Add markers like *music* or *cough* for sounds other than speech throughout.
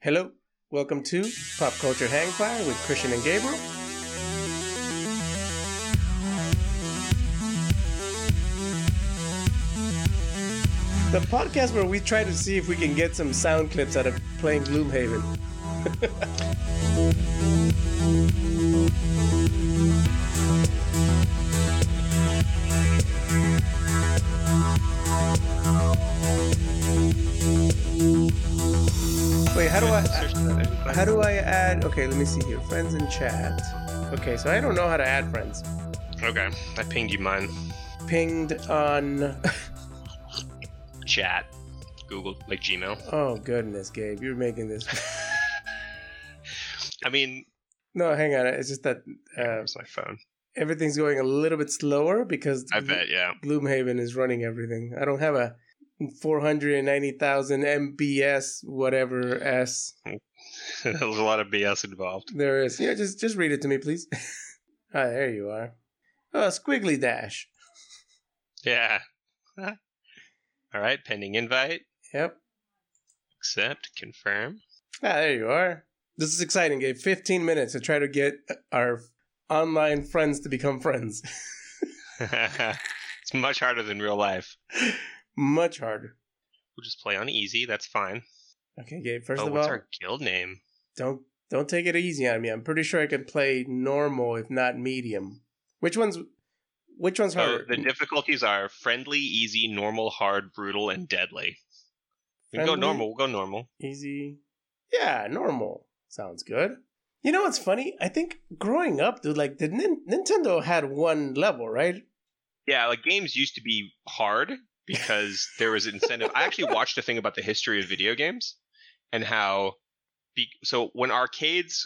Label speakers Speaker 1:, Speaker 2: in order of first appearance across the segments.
Speaker 1: Hello, welcome to Pop Culture Hangfire with Christian and Gabriel. The podcast where we try to see if we can get some sound clips out of playing Gloomhaven. *laughs* Wait, how do I how do I add okay, let me see here. Friends in chat. Okay, so I don't know how to add friends.
Speaker 2: Okay, I pinged you mine.
Speaker 1: Pinged on
Speaker 2: Chat, Google, like Gmail.
Speaker 1: Oh goodness, Gabe, you're making this *laughs*
Speaker 2: I mean,
Speaker 1: No, hang on. It's just that uh,
Speaker 2: it's my phone.
Speaker 1: everything's going a little bit slower because
Speaker 2: I bet, yeah. *laughs*
Speaker 1: Gloomhaven is running everything. I don't have a 490,000 MBS whatever S
Speaker 2: There's a lot of BS involved.
Speaker 1: there is. Yeah, just just read it to me, please. *laughs* Ah, there you are. Oh, Squiggly Dash.
Speaker 2: Yeah. *laughs* All right, pending invite.
Speaker 1: Yep.
Speaker 2: Accept, confirm. *laughs*
Speaker 1: Ah, there you are. This is exciting, Gabe. 15 minutes to try to get our online friends to become friends. *laughs*
Speaker 2: it's much harder than real life.
Speaker 1: Much harder.
Speaker 2: We'll just play on easy. That's fine.
Speaker 1: Okay, Gabe, first
Speaker 2: oh,
Speaker 1: of
Speaker 2: what's
Speaker 1: all,
Speaker 2: our guild name?
Speaker 1: don't don't take it easy on me. I'm pretty sure I can play normal, if not medium. Which one's which one's
Speaker 2: So
Speaker 1: harder?
Speaker 2: Oh, the difficulties are friendly, easy, normal, hard, brutal, and deadly. We can go
Speaker 1: Friendly?
Speaker 2: normal. We'll go normal.
Speaker 1: easy. Yeah, normal. Sounds good. You know what's funny? I think growing up, dude, like the Nin- Nintendo had one level, right?
Speaker 2: Yeah, like games used to be hard because there was incentive. I actually watched a thing about the history of video games and how be, so when arcades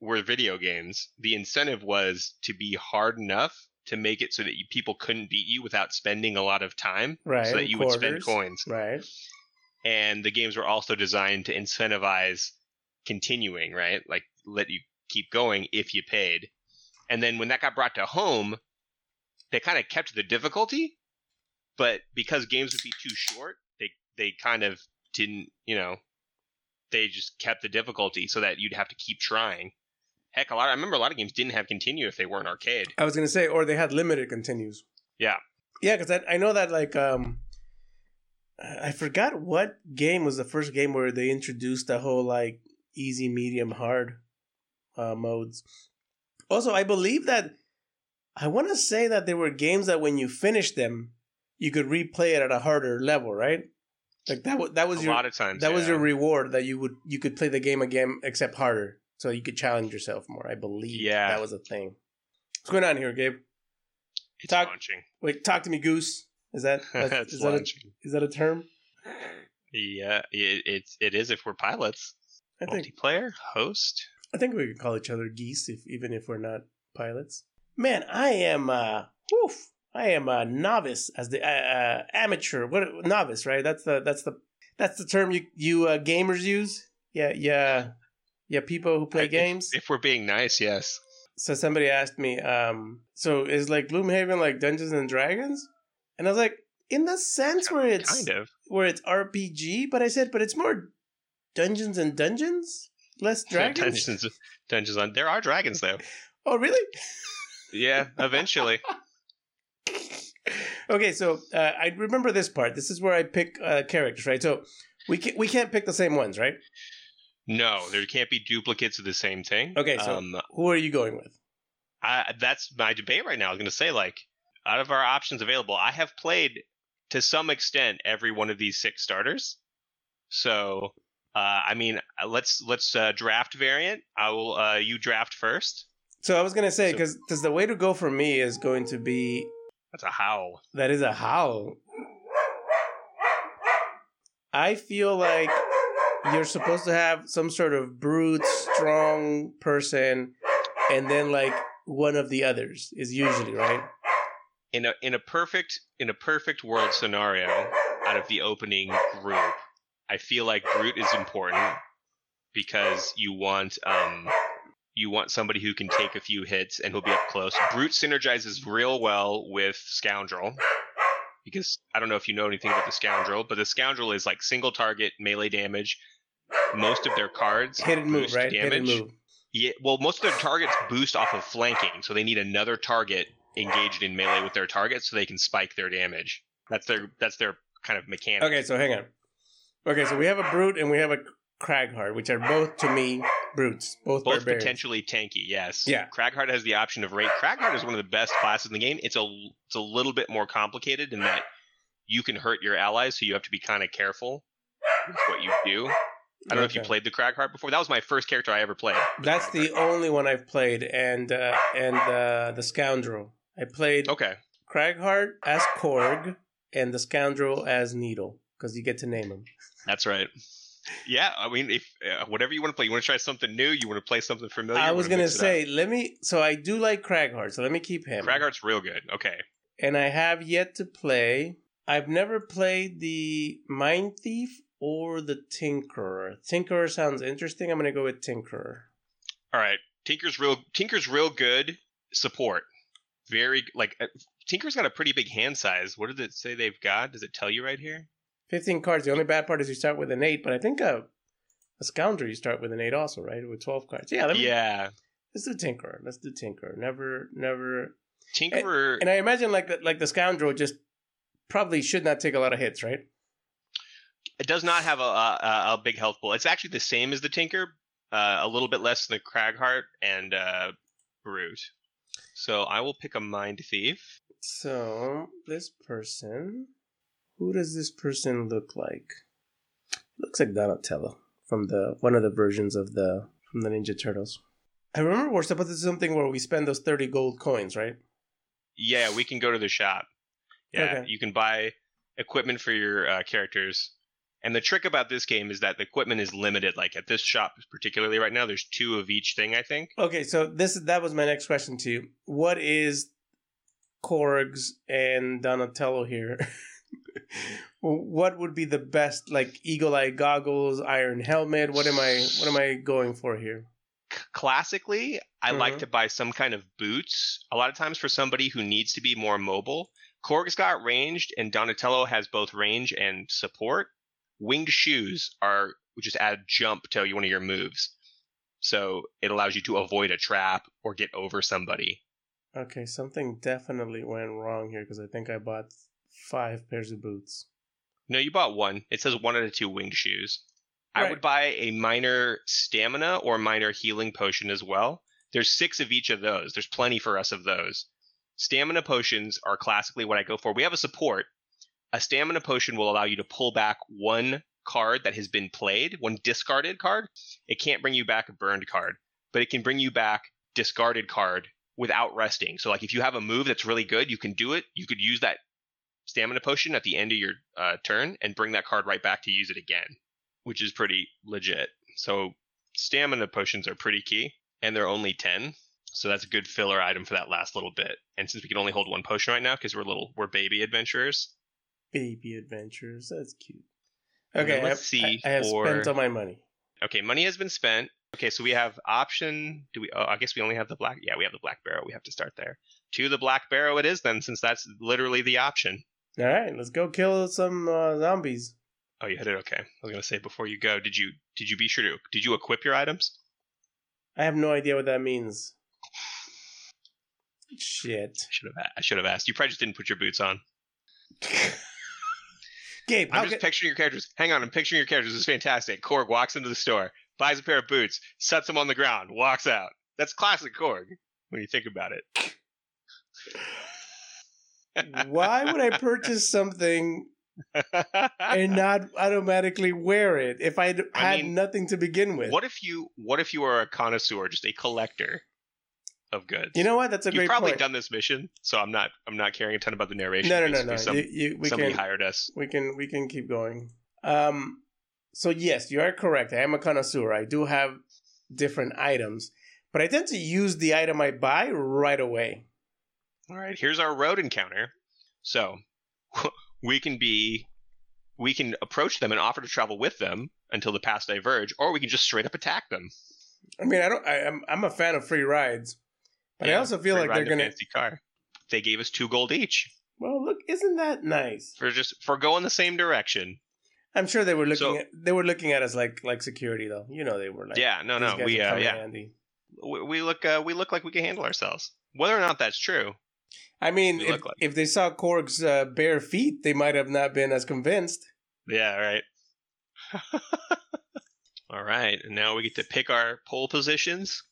Speaker 2: were video games, the incentive was to be hard enough to make it so that you, people couldn't beat you without spending a lot of time
Speaker 1: Right.
Speaker 2: so that you would spend
Speaker 1: quarters.
Speaker 2: coins.
Speaker 1: Right.
Speaker 2: And the games were also designed to incentivize continuing, right? Like let you keep going if you paid. And then when that got brought to home, they kind of kept the difficulty, but because games would be too short, they they kind of didn't, you know, they just kept the difficulty so that you'd have to keep trying. Heck, a lot. I remember a lot of games didn't have continue if they weren't arcade.
Speaker 1: I was gonna say, or they had limited continues.
Speaker 2: Yeah.
Speaker 1: Yeah, because I, I know that like um, I I forgot what game was the first game where they introduced the whole like easy, medium, hard uh, modes. Also, I believe that I want to say that there were games that when you finished them, you could replay it at a harder level, right? Like that. wa- that was
Speaker 2: a
Speaker 1: your
Speaker 2: lot of times.
Speaker 1: that was
Speaker 2: yeah.
Speaker 1: your reward that you would you could play the game again except harder so you could challenge yourself more i believe
Speaker 2: Yeah.
Speaker 1: that was a thing what's going on here gabe
Speaker 2: it's
Speaker 1: talk-
Speaker 2: launching. *laughs*
Speaker 1: wait talk to me goose is that that's-
Speaker 2: it's
Speaker 1: is, that a,
Speaker 2: launching.
Speaker 1: is that a term
Speaker 2: Yeah, it, it's it is if we're pilots.
Speaker 1: i think
Speaker 2: Multiplayer host.
Speaker 1: i think we could call each other geese if even if we're not pilots man i am uh woof i am a novice as the uh, uh amateur what novice right that's the that's the that's the term you you uh, gamers use yeah yeah yeah people who play
Speaker 2: I-
Speaker 1: games
Speaker 2: If we're being nice, yes.
Speaker 1: so somebody asked me, um, so is like Gloomhaven like Dungeons and Dragons? And I was like, in the sense where it's
Speaker 2: kind of. *laughs*
Speaker 1: where it's RPG, but I said, but it's more Dungeons and Dungeons,
Speaker 2: *laughs*
Speaker 1: less dragons.
Speaker 2: Dungeons, Dungeons on. There are dragons though.
Speaker 1: Oh, really?
Speaker 2: Yeah,
Speaker 1: *laughs*
Speaker 2: eventually.
Speaker 1: okay, so uh, I remember this part. This is where I pick uh, characters, right? So we can we can't pick the same ones, right?
Speaker 2: no, there can't be duplicates of the same thing.
Speaker 1: Okay, so-
Speaker 2: um,
Speaker 1: Who are you going with?
Speaker 2: I, that's my debate right now. I was going to say like, out of our options available, I have played to some extent every one of these six starters. So, uh, I mean, uh, let's let's uh, draft variant. I will. Uh, you draft first.
Speaker 1: So I was gonna say
Speaker 2: So-
Speaker 1: because the way to go for me is going to be
Speaker 2: That's a howl.
Speaker 1: That is a howl. I feel like you're supposed to have some sort of brute, strong person, and then like one of the others is usually right.
Speaker 2: in a in a perfect in a perfect world scenario out of the opening group i feel like brute is important because you want um you want somebody who can take a few hits and who'll be up close brute synergizes real well with scoundrel because i don't know if you know anything about the scoundrel but the scoundrel is like single target melee damage most of their cards
Speaker 1: Hit and move,
Speaker 2: boost
Speaker 1: right? Hit and
Speaker 2: damage.
Speaker 1: move.
Speaker 2: Yeah, well, most of their targets boost off of flanking, so they need another target engaged in melee with their target, so they can spike their damage. That's their that's their kind of mechanic.
Speaker 1: Okay, so hang on. Okay, so we have a brute and we have a Kraghard, which are both to me brutes, both,
Speaker 2: Both
Speaker 1: barbarians.
Speaker 2: potentially tanky, yes.
Speaker 1: Yeah.
Speaker 2: Kraghard has the option of rate. Kraghard is one of the best classes in the game. It's a it's a little bit more complicated in that you can hurt your allies, so you have to be kind of careful with what you do. I don't know if you
Speaker 1: Okay.
Speaker 2: played the Kraghard before. That was my first character I ever played.
Speaker 1: That's the only one I've played, and uh, and uh, the scoundrel. I played
Speaker 2: Okay.
Speaker 1: Kraghard as Korg and the scoundrel as Needle because you get to name him.
Speaker 2: That's right. Yeah, I mean, if uh, whatever you want to play, you want to try something new, you want to play something familiar.
Speaker 1: I
Speaker 2: you
Speaker 1: was
Speaker 2: wanna
Speaker 1: gonna
Speaker 2: mix it
Speaker 1: say, let me. So I do like Kraghard, so let me keep
Speaker 2: up.
Speaker 1: him.
Speaker 2: Kraghart's real good. Okay,
Speaker 1: and I have yet to play. I've never played the Mind Thief or the Tinkerer. Tinkerer sounds interesting. I'm gonna go with Tinkerer.
Speaker 2: all right. Tinker's real. Tinker's real good support. Very like uh, Tinker's got a pretty big hand size. What did it say they've got? Does it tell you right here?
Speaker 1: 15 cards. The only bad part is you start with an eight, but I think a, a scoundrel you start with an eight also, right? With 12 cards. Yeah, let me, Eh,
Speaker 2: yeah,
Speaker 1: Let's do Tinkerer. Let's do Tinkerer. Never, never.
Speaker 2: Tinkerer.
Speaker 1: And I imagine like the, like the scoundrel just probably should not take a lot of hits, right?
Speaker 2: it does not have a, a a big health pool. It's actually the same as the Tinker, uh, a little bit less than the Kraghart and uh, Brute. So I will pick a Mind Thief.
Speaker 1: So this person, who does this person look like? Looks like Donatello from the one of the versions of the from the Ninja Turtles. I remember we're supposed to do something where we spend those thirty gold coins, right?
Speaker 2: Yeah, we can go to the shop. Yeah,
Speaker 1: Okay.
Speaker 2: you can buy equipment for your uh, characters. And the trick about this game is that the equipment is limited. Like at this shop, particularly right now, there's two of each thing. I think
Speaker 1: Okay, so this that was my next question to you. What is Korg's and Donatello here? *laughs* what would be the best like eagle eye goggles, iron helmet? What am I what am I going for here?
Speaker 2: C- classically, I like
Speaker 1: Mhm.
Speaker 2: to buy some kind of boots. A lot of times for somebody who needs to be more mobile. Korg's got ranged, and Donatello has both range and support. Winged shoes are which just add jump to one of your moves, so it allows you to avoid a trap or get over somebody.
Speaker 1: Okay, something definitely went wrong here because I think I bought five pairs of boots.
Speaker 2: No, you bought one. It says one out of two winged shoes. I
Speaker 1: Right.
Speaker 2: would buy a minor stamina or minor healing potion as well. There's six of each of those. There's plenty for us of those. Stamina potions are classically what I go for. We have a support. A stamina potion will allow you to pull back one card that has been played, one discarded card. It can't bring you back a burned card, but it can bring you back discarded card without resting. So like if you have a move that's really good, you can do it. You could use that stamina potion at the end of your uh, turn and bring that card right back to use it again, which is pretty legit. So stamina potions are pretty key, and they're only ten, so that's a good filler item for that last little bit. And since we can only hold one potion right now because we're little, we're baby adventurers.
Speaker 1: Baby adventures. That's cute.
Speaker 2: And then
Speaker 1: Okay,
Speaker 2: let's
Speaker 1: I,
Speaker 2: see
Speaker 1: I, I have
Speaker 2: for-
Speaker 1: spent all my money.
Speaker 2: Okay, money has been spent. Okay, so we have option. Do we? Oh, I guess we only have the black. Yeah, we have the black barrow. We have to start there. To the black barrow, it is then, since that's literally the option.
Speaker 1: All right, let's go kill some uh, zombies.
Speaker 2: Oh, you hit it. Okay, I was gonna say before you go, did you did you be sure to did you equip your items?
Speaker 1: I have no idea what that means. Shit.
Speaker 2: I should have. I should have asked. You probably just didn't put your boots on.
Speaker 1: Gabe,
Speaker 2: I'm
Speaker 1: how
Speaker 2: just
Speaker 1: can,
Speaker 2: picturing your characters. Hang on, I'm picturing your characters. It's fantastic. Korg walks into the store, buys a pair of boots, sets them on the ground, walks out. That's classic Korg when you think about it. *laughs*
Speaker 1: why would I purchase something and not automatically wear it if I had
Speaker 2: I mean,
Speaker 1: nothing to begin with?
Speaker 2: what if you What if you are a connoisseur, just a collector of goods?
Speaker 1: you know what? That's a
Speaker 2: you've
Speaker 1: great
Speaker 2: probably
Speaker 1: point.
Speaker 2: done this mission, so I'm not. I'm not caring a ton about the narration.
Speaker 1: no, no, no,
Speaker 2: Basically,
Speaker 1: no.
Speaker 2: some-
Speaker 1: you, you, we
Speaker 2: somebody
Speaker 1: can
Speaker 2: hired us.
Speaker 1: we can we can keep going. Um, so yes, you are correct. I am a connoisseur. I do have different items, but I tend to use the item I buy right away.
Speaker 2: All right, here's our road encounter. So *laughs* we can be, we can approach them and offer to travel with them until the paths diverge, or we can just straight up attack them.
Speaker 1: I mean, I don't. I, I'm I'm a fan of free rides, but I
Speaker 2: Yeah,
Speaker 1: also feel
Speaker 2: free
Speaker 1: like
Speaker 2: ride
Speaker 1: they're
Speaker 2: in a
Speaker 1: gonna.
Speaker 2: fancy car. They gave us two gold each
Speaker 1: Well, look, isn't that nice?
Speaker 2: for just for going the same direction.
Speaker 1: I'm sure they were looking
Speaker 2: So-
Speaker 1: at they were looking at us like like security though. You know they were like
Speaker 2: yeah, no,
Speaker 1: these
Speaker 2: no,
Speaker 1: guys
Speaker 2: we
Speaker 1: will
Speaker 2: uh,
Speaker 1: come in
Speaker 2: yeah,
Speaker 1: handy.
Speaker 2: we, we look uh, we look like we can handle ourselves. Whether or not that's true,
Speaker 1: I mean,
Speaker 2: We
Speaker 1: if,
Speaker 2: look like-
Speaker 1: if they saw Korg's uh, bare feet, they might have not been as convinced.
Speaker 2: yeah, right. *laughs* All right, and now we get to pick our pole positions.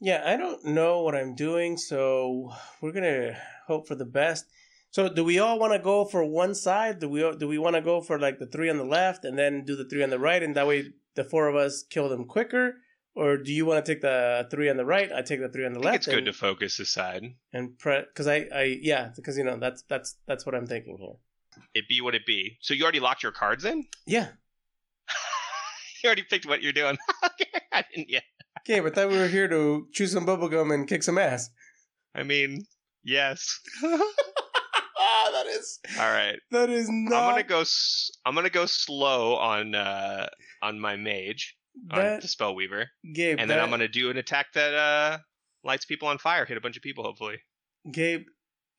Speaker 1: Yeah, I don't know what I'm doing, so we're gonna hope for the best. So, do we all want to go for one side? Do we do we want to go for like the three on the left and then do the three on the right, and that way the four of us kill them quicker? Or do you want to take the three on the right? I take the three on the
Speaker 2: I think
Speaker 1: left.
Speaker 2: it's good
Speaker 1: and,
Speaker 2: to focus this side.
Speaker 1: and pre- because I I yeah because you know that's that's that's what I'm thinking here.
Speaker 2: It be what it be. So you already locked your cards in. *laughs*
Speaker 1: Yeah.
Speaker 2: you already picked what you're doing. *laughs* okay, I didn't yet.
Speaker 1: Okay, but thought we were here to chew some bubblegum and kick some ass.
Speaker 2: I mean, yes.
Speaker 1: ah, *laughs* that is
Speaker 2: All right.
Speaker 1: that is not.
Speaker 2: I'm gonna go. s- I'm gonna go slow on uh on my mage on
Speaker 1: that,
Speaker 2: the spell weaver,
Speaker 1: Gabe,
Speaker 2: and then
Speaker 1: that-
Speaker 2: I'm gonna do an attack that uh lights people on fire, hit a bunch of people, hopefully.
Speaker 1: Gabe,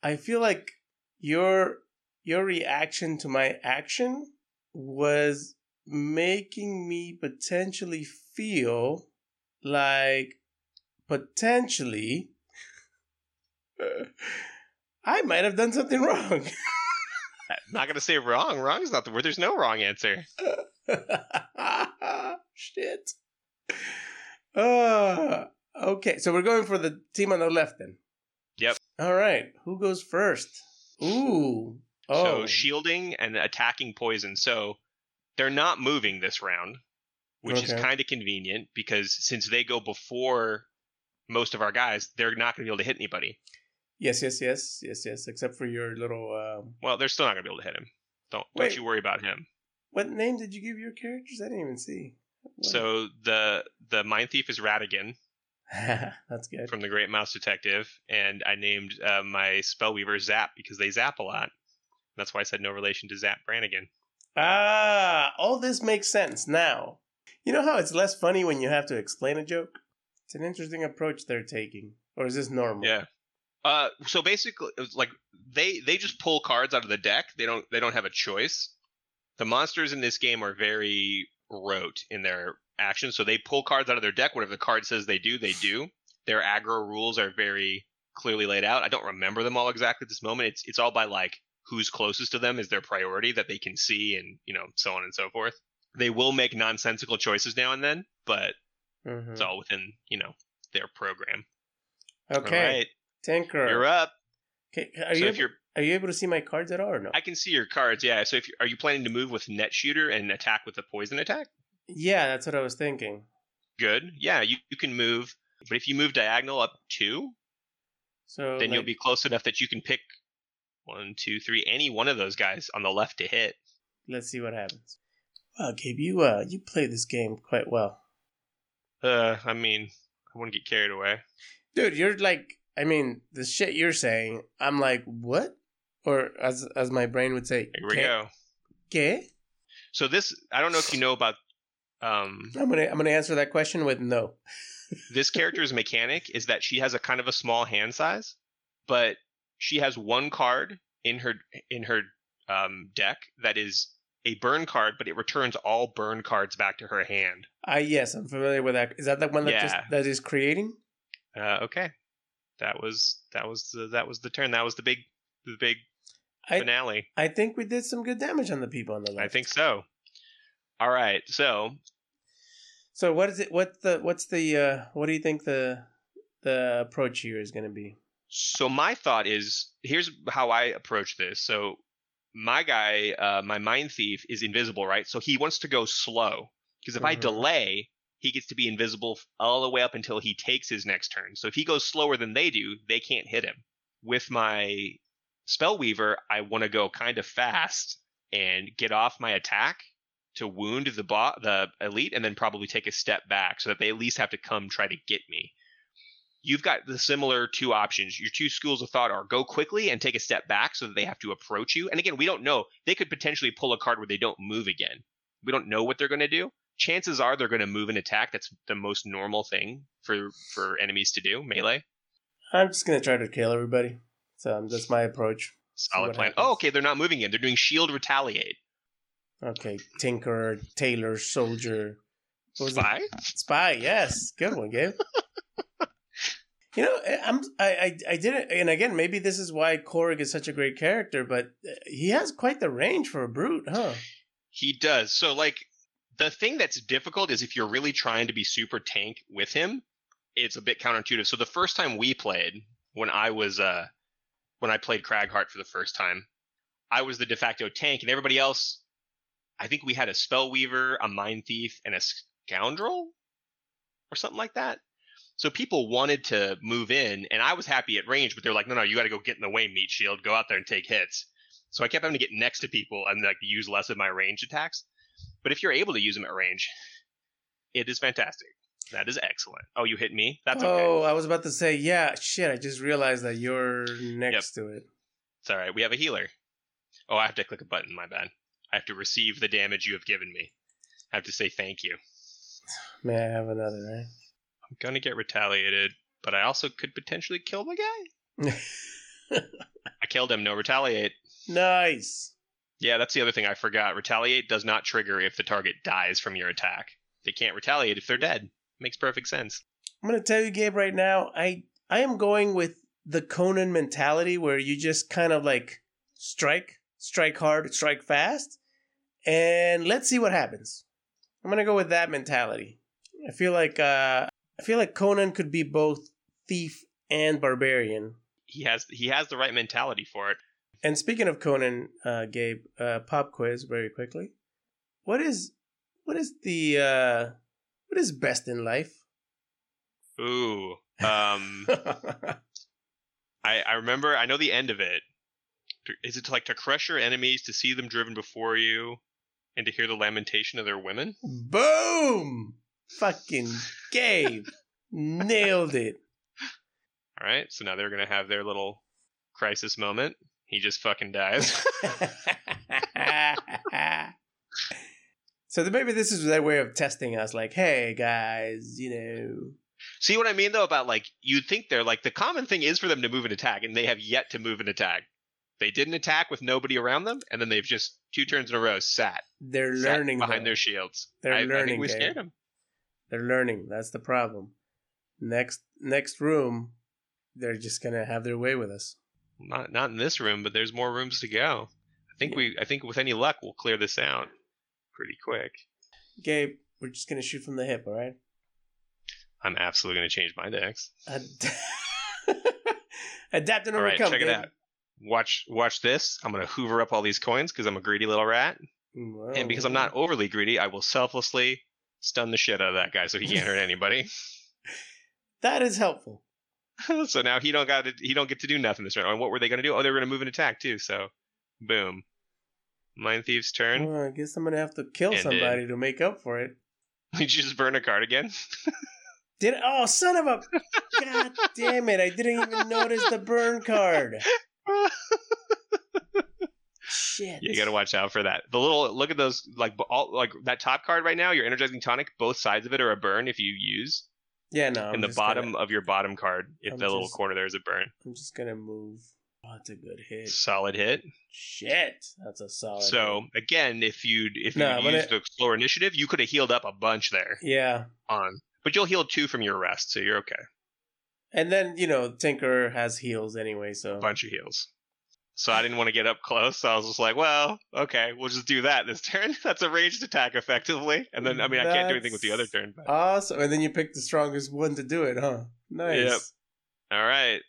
Speaker 1: I feel like your your reaction to my action was making me potentially feel like potentially I might have done something *laughs* wrong.
Speaker 2: I'm Uh, not gonna say wrong. Wrong is not the word. There's no wrong answer.
Speaker 1: Shit. Uh, okay, so we're going for the team on the left then.
Speaker 2: Yep.
Speaker 1: All right, who goes first? Ooh. Oh,
Speaker 2: So shielding and attacking poison. So they're not moving this round, which
Speaker 1: Okay.
Speaker 2: is kind of convenient because since they go before most of our guys, they're not gonna be able to hit anybody.
Speaker 1: yes, yes, yes, yes, yes. Except for your little. Um,
Speaker 2: Well, they're still not gonna be able to hit him. Don't
Speaker 1: Wait.
Speaker 2: don't you worry about him.
Speaker 1: what name did you give your characters? I didn't even see.
Speaker 2: So the the mind thief is Radigan.
Speaker 1: *laughs* that's good.
Speaker 2: from the Great Mouse Detective, and I named uh, my Spellweaver Zap because they zap a lot. That's why I said no relation to Zap Brannigan.
Speaker 1: Ah, all this makes sense now. You know how it's less funny when you have to explain a joke. It's an interesting approach they're taking, or is this normal?
Speaker 2: Yeah. Uh, so basically, it was like they they just pull cards out of the deck. They don't they don't have a choice. The monsters in this game are very rote in their actions, so they pull cards out of their deck. Whatever the card says they do, they do. Their aggro rules are very clearly laid out. I don't remember them all exactly at this moment. It's it's all by like who's closest to them is their priority that they can see, and you know so on and so forth. They will make nonsensical choices now and then, but
Speaker 1: Mhm.
Speaker 2: it's all within you know their program.
Speaker 1: Okay,
Speaker 2: all right,
Speaker 1: Tinker.
Speaker 2: you're up.
Speaker 1: Okay, are
Speaker 2: so
Speaker 1: you
Speaker 2: if
Speaker 1: able-
Speaker 2: you're
Speaker 1: are you able to see my cards at all or no?
Speaker 2: I can see your cards, yeah. So if you are you planning to move with net shooter and attack with the poison attack?
Speaker 1: yeah, that's what I was thinking.
Speaker 2: Good. Yeah, you, you can move. But if you move diagonal up two,
Speaker 1: So
Speaker 2: then you'll
Speaker 1: Oh, like-
Speaker 2: be close enough that you can pick one, two, three, any one of those guys on the left to hit.
Speaker 1: Let's see what happens. Wow, Gabe, you uh, you play this game quite well,
Speaker 2: Uh, I mean, I wouldn't get carried away.
Speaker 1: dude. You're like, I mean, the shit you're saying, I'm like, what? Or as as my brain would say,
Speaker 2: Here we go.
Speaker 1: Okay,
Speaker 2: So this, I don't know if you know about. Um,
Speaker 1: I'm gonna I'm gonna answer that question with no.
Speaker 2: this character's mechanic is that she has a kind of a small hand size, but she has one card in her in her um, deck that is a burn card, but it returns all burn cards back to her hand.
Speaker 1: Ah, yes, I'm familiar with that. Is that the one that
Speaker 2: Yeah.
Speaker 1: just that is creating?
Speaker 2: Uh, okay, that was that was the, that was the turn. That was the big the big
Speaker 1: I-
Speaker 2: finale.
Speaker 1: I think we did some good damage on the people on the left.
Speaker 2: I think so. All right, so
Speaker 1: So what is it? What the what's the uh, what do you think the the approach here is going to be?
Speaker 2: So my thought is here's how I approach this. So my guy, uh, my mind thief, is invisible, right? So he wants to go slow because if I
Speaker 1: Mhm.
Speaker 2: delay, he gets to be invisible f- all the way up until he takes his next turn. So if he goes slower than they do, they can't hit him. With my spellweaver, I want to go kind of fast and get off my attack to wound the bo- the elite, and then probably take a step back so that they at least have to come try to get me you've got the similar two options. Your two schools of thought are go quickly and take a step back so that they have to approach you. And again, we don't know. They could potentially pull a card where they don't move again. We don't know what they're going to do. Chances are they're going to move and attack. That's the most normal thing for for enemies to do melee.
Speaker 1: I'm just going to try to kill everybody. So um, that's my approach.
Speaker 2: Solid
Speaker 1: what
Speaker 2: plan.
Speaker 1: happens.
Speaker 2: Oh, okay, they're not moving again. They're doing shield retaliate.
Speaker 1: Okay, Tinker, Tailor, Soldier, What was it?
Speaker 2: Spy?
Speaker 1: Spy. Yes, good one,
Speaker 2: *laughs*
Speaker 1: Gabe. you know, I- I'm I I, I didn't, and again, maybe this is why Korg is such a great character, but uh, he has quite the range for a brute, huh?
Speaker 2: He does. So like the thing that's difficult is if you're really trying to be super tank with him, it's a bit counterintuitive. So the first time we played, when I was uh when I played Cragheart for the first time, I was the de facto tank and everybody else I think we had a spellweaver, a mind thief, and a scoundrel or something like that. So people wanted to move in and I was happy at range, but they're like, "No, no, you got to go get in the way, meat shield. Go out there and take hits." So I kept having to get next to people and like use less of my range attacks. But if you're able to use them at range, it is fantastic. That is excellent. Oh, you hit me? That's okay.
Speaker 1: oh, I was about to say, yeah, shit. I just realized that you're next to it.
Speaker 2: It's all right. We have a healer. Oh, I have to click a button. My bad. I have to receive the damage you have given me. I have to say thank you.
Speaker 1: May I have another? eh?
Speaker 2: I'm going to get retaliated, but I also could potentially kill the guy.
Speaker 1: Right?
Speaker 2: I killed him. No retaliate.
Speaker 1: nice.
Speaker 2: Yeah, that's the other thing I forgot. Retaliate does not trigger if the target dies from your attack. They can't retaliate if they're dead. Makes perfect sense.
Speaker 1: I'm gonna tell you, Gabe, right now. I I am going with the Conan mentality, where you just kind of like strike, strike hard, strike fast, and let's see what happens. I'm gonna go with that mentality. I feel like uh, I feel like Conan could be both thief and barbarian.
Speaker 2: He has he has the right mentality for it.
Speaker 1: And speaking of Conan, uh, Gabe, uh, pop quiz very quickly. What is what is the uh, what is best in life?
Speaker 2: Ooh. Um I, I remember I know the end of it. To- Is it to, like to crush your enemies, to see them driven before you, and to hear the lamentation of their women?
Speaker 1: Boom! Fucking Gabe
Speaker 2: *laughs*
Speaker 1: nailed it.
Speaker 2: All right, so now they're gonna have their little crisis moment. He just
Speaker 1: *laughs*
Speaker 2: fucking dies. *laughs*
Speaker 1: so then maybe this is their way of testing us. Like, hey guys, you know,
Speaker 2: see what I mean though about like you'd think they're like the common thing is for them to move and attack, and they have yet to move and attack. They didn't attack with nobody around them, and then they've just two turns in a row sat,
Speaker 1: they're
Speaker 2: sat
Speaker 1: learning
Speaker 2: behind
Speaker 1: though.
Speaker 2: their shields.
Speaker 1: They're
Speaker 2: I, I
Speaker 1: learning,
Speaker 2: think we
Speaker 1: Gabe.
Speaker 2: scared them.
Speaker 1: They're learning. That's the problem. Next next room, they're just gonna have their way with us.
Speaker 2: Not not in this room, but there's more rooms to go. I think we I think with any luck we'll clear this out pretty quick.
Speaker 1: Gabe, we're just gonna shoot from the hip, all right?
Speaker 2: I'm absolutely gonna change my decks.
Speaker 1: Ad- *laughs* Adapt and
Speaker 2: All right,
Speaker 1: overcome.
Speaker 2: check it
Speaker 1: Gabe.
Speaker 2: out. Watch watch this. I'm gonna hoover up all these coins because I'm a greedy little rat.
Speaker 1: Wow.
Speaker 2: And because I'm not overly greedy, I will selflessly stun the shit out of that guy so he can't hurt anybody. *laughs*
Speaker 1: that is helpful.
Speaker 2: so now he don't got to, he don't get to do nothing this round. And what were they gonna do? Oh, they were gonna move and attack too, so boom. Mind Thief's *laughs* turn.
Speaker 1: Well, I guess I'm gonna have to kill
Speaker 2: And then-
Speaker 1: somebody to make up for it.
Speaker 2: Did you just burn a card again?
Speaker 1: Did oh son of a
Speaker 2: *laughs*
Speaker 1: god damn it! I didn't even notice the burn card. Shit!
Speaker 2: Yeah, you gotta watch out for that. The little look at those like b- all like that top card right now. Your energizing tonic, both sides of it are a burn if you use.
Speaker 1: Yeah, no. I'm
Speaker 2: and the
Speaker 1: just
Speaker 2: bottom
Speaker 1: Gonna,
Speaker 2: of your bottom card, if
Speaker 1: I'm
Speaker 2: the little
Speaker 1: just-
Speaker 2: corner there is a burn.
Speaker 1: I'm just gonna move. Oh, that's a good hit.
Speaker 2: Solid hit.
Speaker 1: Shit! That's a solid.
Speaker 2: so again, if you if you
Speaker 1: No, I'm
Speaker 2: would
Speaker 1: gonna-
Speaker 2: used the slower initiative, you could have healed up a bunch there
Speaker 1: hit. yeah,
Speaker 2: on. But you'll heal two from your rest, so you're okay.
Speaker 1: and then you know Tinker has heals anyway, so
Speaker 2: A bunch of heals. So I didn't want to get up close. So I was just like, well, okay, we'll just do that this *laughs* turn. That's a ranged attack effectively. And then I mean, I can't do anything with the other
Speaker 1: That's-
Speaker 2: turn. But...
Speaker 1: awesome. And then you pick the strongest one to do it, huh? Nice.
Speaker 2: Yep. All right.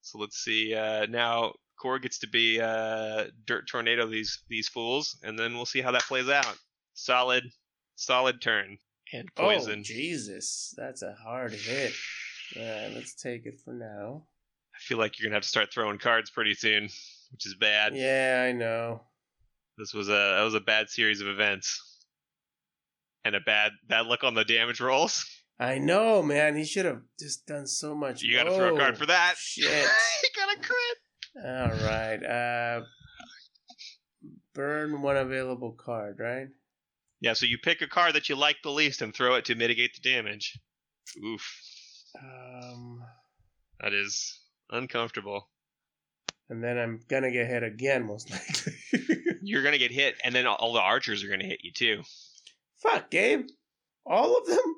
Speaker 2: So let's see. Uh, now Core gets to be uh, dirt tornado these these fools, and then we'll see how that plays out. Solid, solid turn and
Speaker 1: Oh,
Speaker 2: poison.
Speaker 1: Jesus, that's a hard hit. All right, let's take it for now.
Speaker 2: I feel like you're gonna have to start throwing cards pretty soon, which is bad.
Speaker 1: Yeah, I know.
Speaker 2: This was a that was a bad series of events, and a bad bad luck on the damage rolls.
Speaker 1: I know, man. He should have just done so much.
Speaker 2: You gotta throw a card
Speaker 1: Oh,
Speaker 2: for that.
Speaker 1: Shit.
Speaker 2: *laughs* you got a crit.
Speaker 1: All right. Uh, burn one available card, right?
Speaker 2: Yeah. So you pick a card that you like the least and throw it to mitigate the damage. Oof.
Speaker 1: Um,
Speaker 2: That is uncomfortable.
Speaker 1: and then I'm gonna get hit again, most *laughs* likely.
Speaker 2: you're gonna get hit, and then all, all the archers are gonna hit you too.
Speaker 1: Fuck, Gabe. All of them?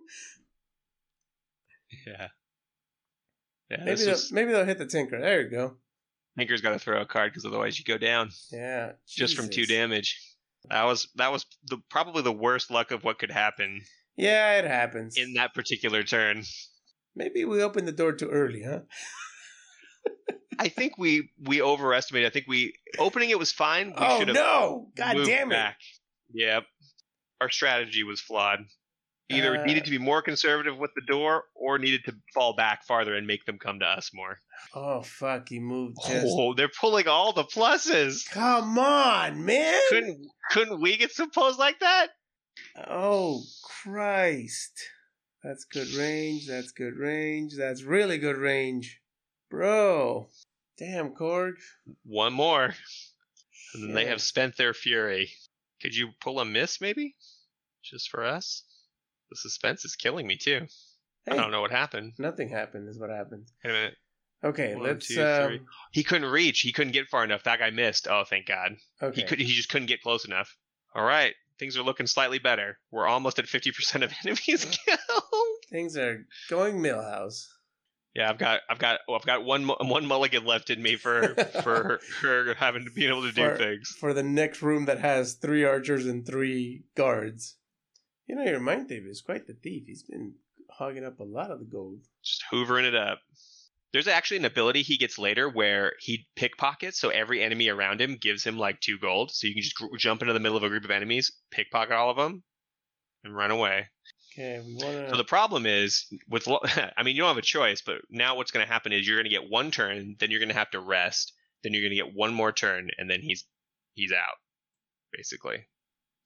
Speaker 2: Yeah. Yeah.
Speaker 1: Maybe,
Speaker 2: this
Speaker 1: they'll,
Speaker 2: was-
Speaker 1: maybe they'll hit the Tinker. There you go.
Speaker 2: Tinker's got to throw a card because otherwise you go down
Speaker 1: Yeah.
Speaker 2: just from two
Speaker 1: Jesus.
Speaker 2: damage. That was that was the probably the worst luck of what could happen
Speaker 1: Yeah, it happens.
Speaker 2: in that particular turn.
Speaker 1: maybe we opened the door too early, huh?
Speaker 2: I think we we overestimated. I think we opening it was fine. We
Speaker 1: oh,
Speaker 2: should have
Speaker 1: no. God
Speaker 2: moved
Speaker 1: damn it.
Speaker 2: back. Yep. Our strategy was flawed. Either
Speaker 1: Uh,
Speaker 2: it needed to be more conservative with the door or needed to fall back farther and make them come to us more.
Speaker 1: Oh, fuck. He
Speaker 2: *laughs*
Speaker 1: moved just.
Speaker 2: Oh, they're pulling all the pluses.
Speaker 1: Come on, man.
Speaker 2: Couldn't couldn't we get some pulls like that?
Speaker 1: Oh, Christ. That's good range. That's good range. That's really good range. Bro. Damn, Korg.
Speaker 2: One more. And then they
Speaker 1: Shit.
Speaker 2: have spent their fury. Could you pull a miss maybe? Just for us? The suspense is killing me too. I
Speaker 1: Hey,
Speaker 2: don't know what happened.
Speaker 1: Nothing happened, is what happened.
Speaker 2: Wait a minute.
Speaker 1: Okay,
Speaker 2: One,
Speaker 1: let's.
Speaker 2: two, three.
Speaker 1: um,
Speaker 2: He couldn't reach. He couldn't get far enough. That guy missed. Oh, thank God.
Speaker 1: okay.
Speaker 2: He could. He just couldn't get close enough. All right, things are looking slightly better. We're almost at fifty percent of *laughs* enemies killed.
Speaker 1: Things are going millhouse.
Speaker 2: Yeah, I've got, I've got, well, I've got one, mu- one mulligan left in me *laughs* for for her having to be able to do
Speaker 1: For-
Speaker 2: things.
Speaker 1: for the next room that has three archers and three guards. You know, your mind thief is quite the thief. He's been hogging up a lot of the gold.
Speaker 2: Just hoovering it up. There's actually an ability he gets later where he pickpockets, so every enemy around him gives him like two gold. So you can just gr- jump into the middle of a group of enemies, pickpocket all of them, and run away.
Speaker 1: Okay, we want
Speaker 2: So
Speaker 1: to.
Speaker 2: the problem is with lo- *laughs* I mean you don't have a choice, but now what's going to happen is you're going to get one turn, then you're going to have to rest, then you're going to get one more turn, and then he's he's out basically.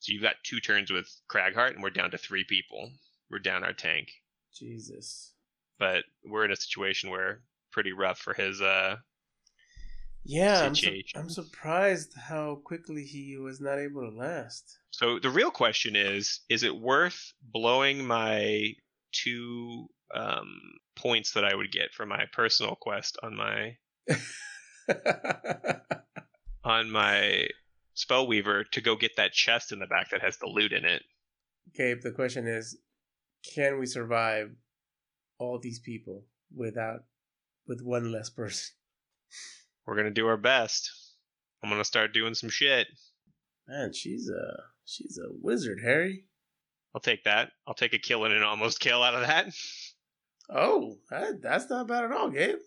Speaker 2: So you've got two turns with Cragheart, and we're down to three people. We're down our tank,
Speaker 1: Jesus.
Speaker 2: but we're in a situation where pretty rough for his. Uh,
Speaker 1: Yeah, I'm, su-
Speaker 2: Situation.
Speaker 1: I'm surprised how quickly he was not able to
Speaker 2: *laughs*
Speaker 1: last.
Speaker 2: so the real question is: Is it worth blowing my two um, points that I would get for my personal quest on my on my spellweaver to go get that chest in the back that has the loot in it.
Speaker 1: Gabe, the question is can we survive all these people without. with one less person?
Speaker 2: We're gonna do our best. I'm gonna start doing some shit.
Speaker 1: Man, she's a. she's a wizard, Harry.
Speaker 2: I'll take that. I'll take a kill and an almost kill out of that. *laughs*
Speaker 1: Oh, that, that's not bad at all, Gabe.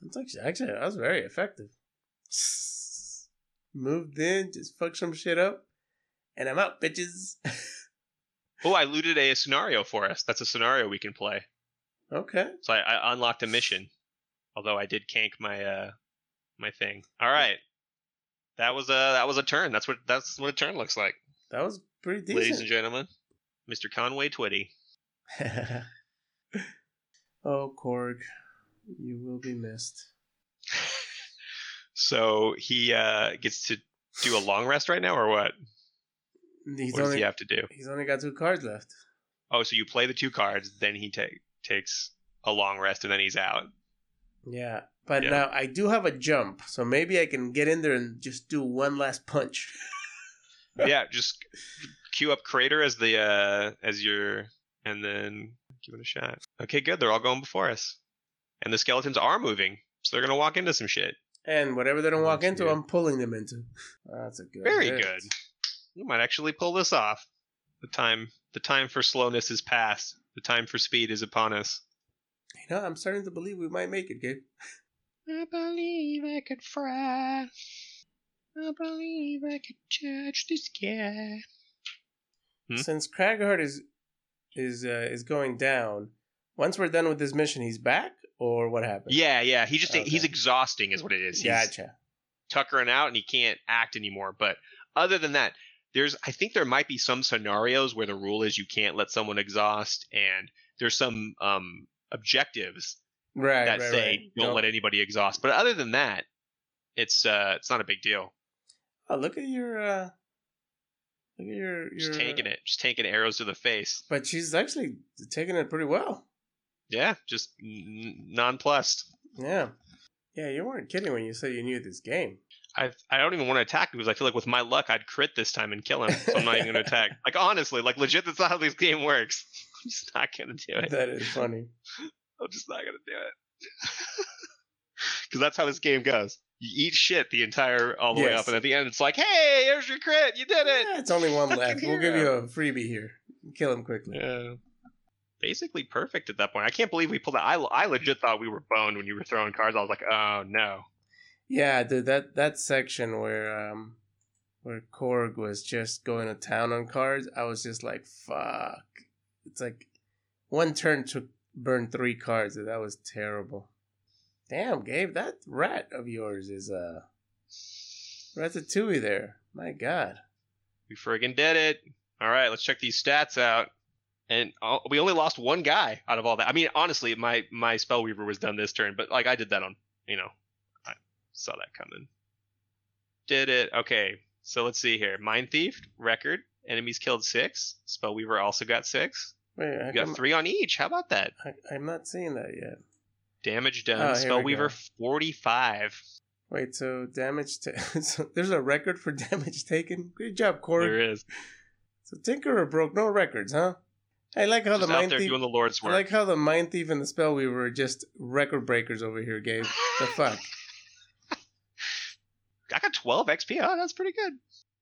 Speaker 1: That's actually, actually, that was very effective. *laughs* Moved in, just fucked some shit up, and I'm out, bitches. *laughs*
Speaker 2: Oh, I looted a scenario for us. That's a scenario we can play.
Speaker 1: okay.
Speaker 2: So I, I unlocked a mission. Although I did cank my uh my thing. All right. That was a that was a turn. That's what that's what a turn looks like,
Speaker 1: That was pretty
Speaker 2: ladies and
Speaker 1: decent.
Speaker 2: gentlemen. Mr. Conway Twitty.
Speaker 1: *laughs* oh, Korg, you will be missed.
Speaker 2: So he uh gets to do a long rest right now or what?
Speaker 1: He's
Speaker 2: what does
Speaker 1: only
Speaker 2: he have to do?
Speaker 1: he's only got two cards left.
Speaker 2: Oh, so you play the two cards, then he take takes a long rest, and then he's out.
Speaker 1: Yeah, but
Speaker 2: Yeah.
Speaker 1: now I do have a jump, so maybe I can get in there and just do one last punch. *laughs*
Speaker 2: yeah, just queue up crater as the uh as your and then give it a shot. Okay, good. They're all going before us, and the skeletons are moving, so they're gonna walk into some shit.
Speaker 1: And whatever they don't walk
Speaker 2: Oh, That's
Speaker 1: into,
Speaker 2: good.
Speaker 1: I'm pulling them into. That's a good.
Speaker 2: Very
Speaker 1: hit.
Speaker 2: good. You might actually pull this off. The time the time for slowness is past. The time for speed is upon us.
Speaker 1: You know, I'm starting to believe we might make it, Gabe.
Speaker 2: I believe I could fry. I believe I could judge this guy. Hmm?
Speaker 1: Since Kragheart is is uh, is going down, once we're done with this mission, he's back, or what happened?
Speaker 2: Yeah, yeah. He just he's
Speaker 1: Okay.
Speaker 2: exhausting, is what it is. He's
Speaker 1: gotcha.
Speaker 2: tuckering out, and he can't act anymore. But other than that, there's I think there might be some scenarios where the rule is you can't let someone exhaust, and there's some um objectives
Speaker 1: Right,
Speaker 2: that
Speaker 1: right,
Speaker 2: say
Speaker 1: right.
Speaker 2: don't let anybody exhaust. But other than that, it's uh it's not a big deal.
Speaker 1: Oh, look at your, uh, look at your, your.
Speaker 2: Just tanking it, just tanking arrows to the face.
Speaker 1: But she's actually taking it pretty well.
Speaker 2: Yeah, just n- n- nonplussed. *laughs*
Speaker 1: Yeah, yeah. You weren't kidding when you said you knew this game.
Speaker 2: I I don't even want to attack because I feel like with my luck I'd crit this time and kill him. So I'm not even gonna attack. Like honestly, like legit, that's not how this game works. *laughs* I'm just not gonna do it.
Speaker 1: That is funny.
Speaker 2: I'm just not gonna do it. *laughs* Because that's how this game goes. You eat shit the entire all the way
Speaker 1: Yes.
Speaker 2: up, and at the end it's like, hey, here's your crit, you did it.
Speaker 1: Yeah, it's only one
Speaker 2: Fucking
Speaker 1: left. We'll give you
Speaker 2: hero.
Speaker 1: a freebie here. Kill him quickly.
Speaker 2: Yeah. Basically perfect at that point. I can't believe we pulled that. I, I legit thought we were boned when you were throwing cards. I was like, oh no.
Speaker 1: Yeah, dude, that that section where um where Korg was just going to town on cards, I was just like, fuck. It's like one turn to burn three cards. dude, That was terrible. Damn, Gabe, that rat of yours is uh ratatouille there. My god.
Speaker 2: We friggin' did it. All right, let's check these stats out. And all, we only lost one guy out of all that. I mean, honestly, my my spell weaver was done this turn, but like I did that on, you know, I saw that coming. Did it? Okay, so let's see here. Mind thief record. Enemies killed six. Spell weaver also got six.
Speaker 1: Wait, I
Speaker 2: We got three on each. How about that?
Speaker 1: I, I'm not seeing that yet.
Speaker 2: Damage done.
Speaker 1: Oh, here
Speaker 2: spell
Speaker 1: we go.
Speaker 2: weaver forty five.
Speaker 1: Wait, so damage. Ta- *laughs* so there's a record for *laughs* damage taken. Good job,
Speaker 2: There
Speaker 1: Corey.
Speaker 2: is.
Speaker 1: So Tinkerer broke no records, huh? I like how
Speaker 2: Just
Speaker 1: the
Speaker 2: out
Speaker 1: mind
Speaker 2: there
Speaker 1: thief.
Speaker 2: doing the Lord's
Speaker 1: I
Speaker 2: work.
Speaker 1: like how the mind thief and the spell weaver are just record breakers over here, Gabe. The fuck.
Speaker 2: I got 12 XP. Oh, that's pretty good.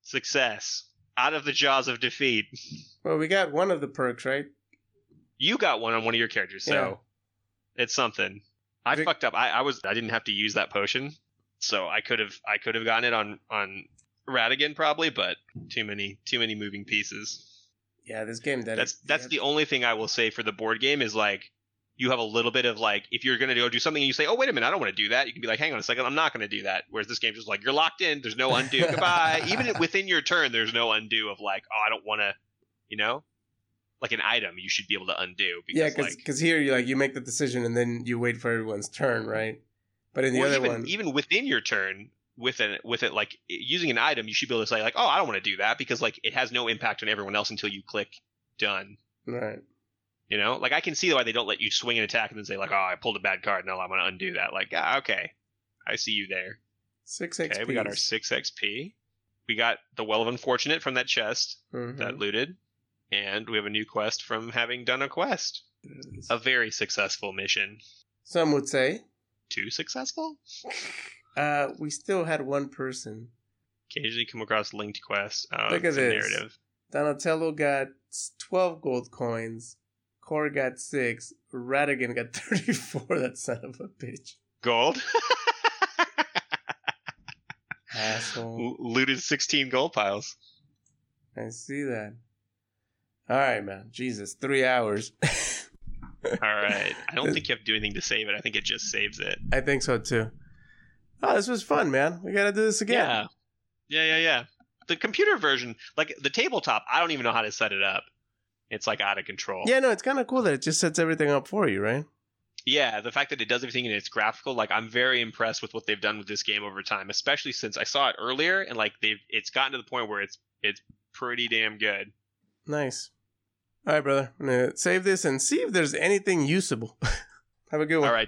Speaker 2: Success. Out of the jaws of defeat.
Speaker 1: Well, we got one of the perks, right?
Speaker 2: You got one on one of your characters, so it's something. I
Speaker 1: Vic-
Speaker 2: fucked up. I, I was I didn't have to use that potion, so I could have I could have gotten it on on Radigan probably, but too many too many moving pieces.
Speaker 1: Yeah, this game. That
Speaker 2: That's that's the only thing I will say for the board game is like you have a little bit of like if you're gonna go do something and you say oh wait a minute I don't want to do that you can be like hang on a second I'm not gonna do that whereas this game's just like you're locked in there's no
Speaker 1: *laughs*
Speaker 2: undo goodbye even within your turn there's no undo of like oh I don't want to you know like an item you should be able to undo
Speaker 1: yeah,
Speaker 2: because
Speaker 1: because
Speaker 2: like
Speaker 1: here you like you make the decision and then you wait for everyone's turn, right? But in the
Speaker 2: or
Speaker 1: other
Speaker 2: even e-
Speaker 1: one,
Speaker 2: even within your turn with an with it like using an item you should be able to say like oh I don't want to do that because like it has no impact on everyone else until you click done
Speaker 1: right?
Speaker 2: You know, like I can see why they don't let you swing an attack and then say like, "Oh, I pulled a bad card. No, I'm gonna undo that." Like, ah, okay, I see you there.
Speaker 1: Six XP.
Speaker 2: Okay, we got our six XP. We got the well of unfortunate from that chest
Speaker 1: Mm-hmm.
Speaker 2: that looted, and we have a new quest from having done a quest. A very successful mission.
Speaker 1: Some would say
Speaker 2: Too successful.
Speaker 1: uh, we still had one person.
Speaker 2: Occasionally come across linked quests. Uh,
Speaker 1: Look at
Speaker 2: it's a
Speaker 1: this.
Speaker 2: narrative.
Speaker 1: Donatello got s- 12 gold coins. Core got 6. Radigan got *laughs* 34. That son of a bitch.
Speaker 2: Gold. *laughs*
Speaker 1: Asshole.
Speaker 2: Lo- looted 16 gold piles.
Speaker 1: I see that. All right, man. Jesus, three
Speaker 2: *laughs*
Speaker 1: hours.
Speaker 2: All right. I don't think you have to do anything to save it. I think it just saves it.
Speaker 1: I think so too. Oh, this was fun, man. We got to do this again.
Speaker 2: Yeah. Yeah, yeah, yeah. The computer version, like the tabletop, I don't even know how to set it up. It's like out of control.
Speaker 1: Yeah, no, it's kind of cool that it just sets everything up for you, right?
Speaker 2: Yeah, the fact that it does everything and it's graphical, like I'm very impressed with what they've done with this game over time, especially since I saw it earlier and like they've it's gotten to the point where it's it's pretty damn good.
Speaker 1: Nice. All right, brother. I'm going to save this and see if there's anything usable. *laughs* Have a good one.
Speaker 2: All right,